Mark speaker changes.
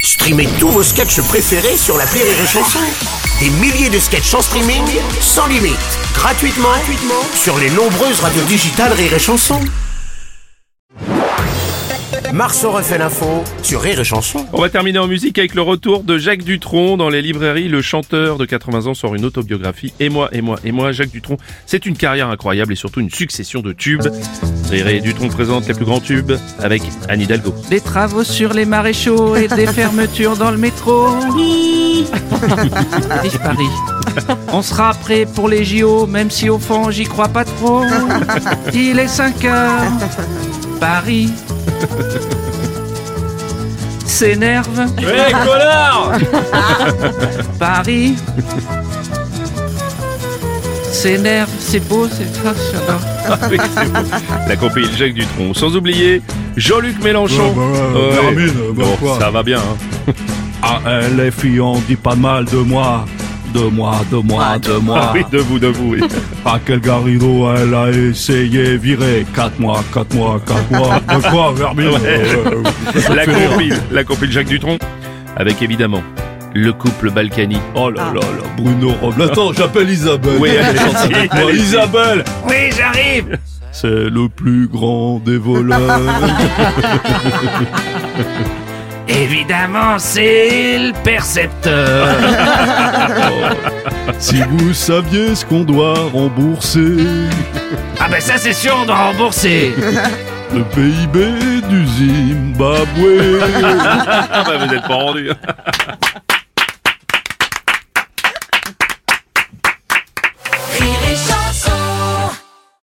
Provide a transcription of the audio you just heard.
Speaker 1: Streamez tous vos sketchs préférés sur la Rire et Chanson. Des milliers de sketchs en streaming, sans limite, gratuitement, gratuitement sur les nombreuses radios digitales Rire et Chanson. Marceau refait l'info sur Rire et Chanson.
Speaker 2: On va terminer en musique avec le retour de Jacques Dutronc dans les librairies. Le chanteur de 80 ans sort une autobiographie. Et moi, et moi, et moi, Jacques Dutronc, c'est une carrière incroyable et surtout une succession de tubes. Rire et Dutronc présente les plus grands tubes avec Anne Hidalgo.
Speaker 3: Des travaux sur les maréchaux et des fermetures dans le métro. Vive Paris. On sera prêt pour les JO, même si au fond j'y crois pas trop. Il est 5 heures. Paris. S'énerve. Paris. S'énerve, c'est beau, c'est ça, j'adore.
Speaker 2: La compagnie Jacques Dutronc. Sans oublier Jean-Luc Mélenchon.
Speaker 4: Ouais, bah ouais,
Speaker 2: Ouais.
Speaker 4: Vermine, bah
Speaker 2: Bon,
Speaker 4: quoi.
Speaker 2: ça va bien. hein.
Speaker 4: Ah, eh, les filles, on dit pas de mal de moi. De moi, de moi, de
Speaker 2: Ah
Speaker 4: moi.
Speaker 2: oui, de vous, de vous. oui.
Speaker 4: Ah, quel garido elle a essayé virer. 4 mois, 4 mois, 4 mois. De quoi, Vermine Euh, euh,
Speaker 2: la
Speaker 4: tu verras.
Speaker 2: compile, la compile Jacques Dutronc, avec évidemment le couple Balkany.
Speaker 4: Oh là là là, Bruno Robles. Attends, j'appelle Isabelle.
Speaker 2: Oui, allez,
Speaker 4: Chante
Speaker 2: allez,
Speaker 4: avec moi.
Speaker 2: allez.
Speaker 4: Isabelle,
Speaker 2: Oui, j'arrive
Speaker 4: c'est le plus grand des voleurs.
Speaker 3: Évidemment, c'est le percepteur.
Speaker 4: si vous saviez ce qu'on doit rembourser,
Speaker 3: Ah ben ça c'est sûr, on doit rembourser.
Speaker 4: le PIB du Zimbabwe.
Speaker 2: Ah bah vous êtes pas rendu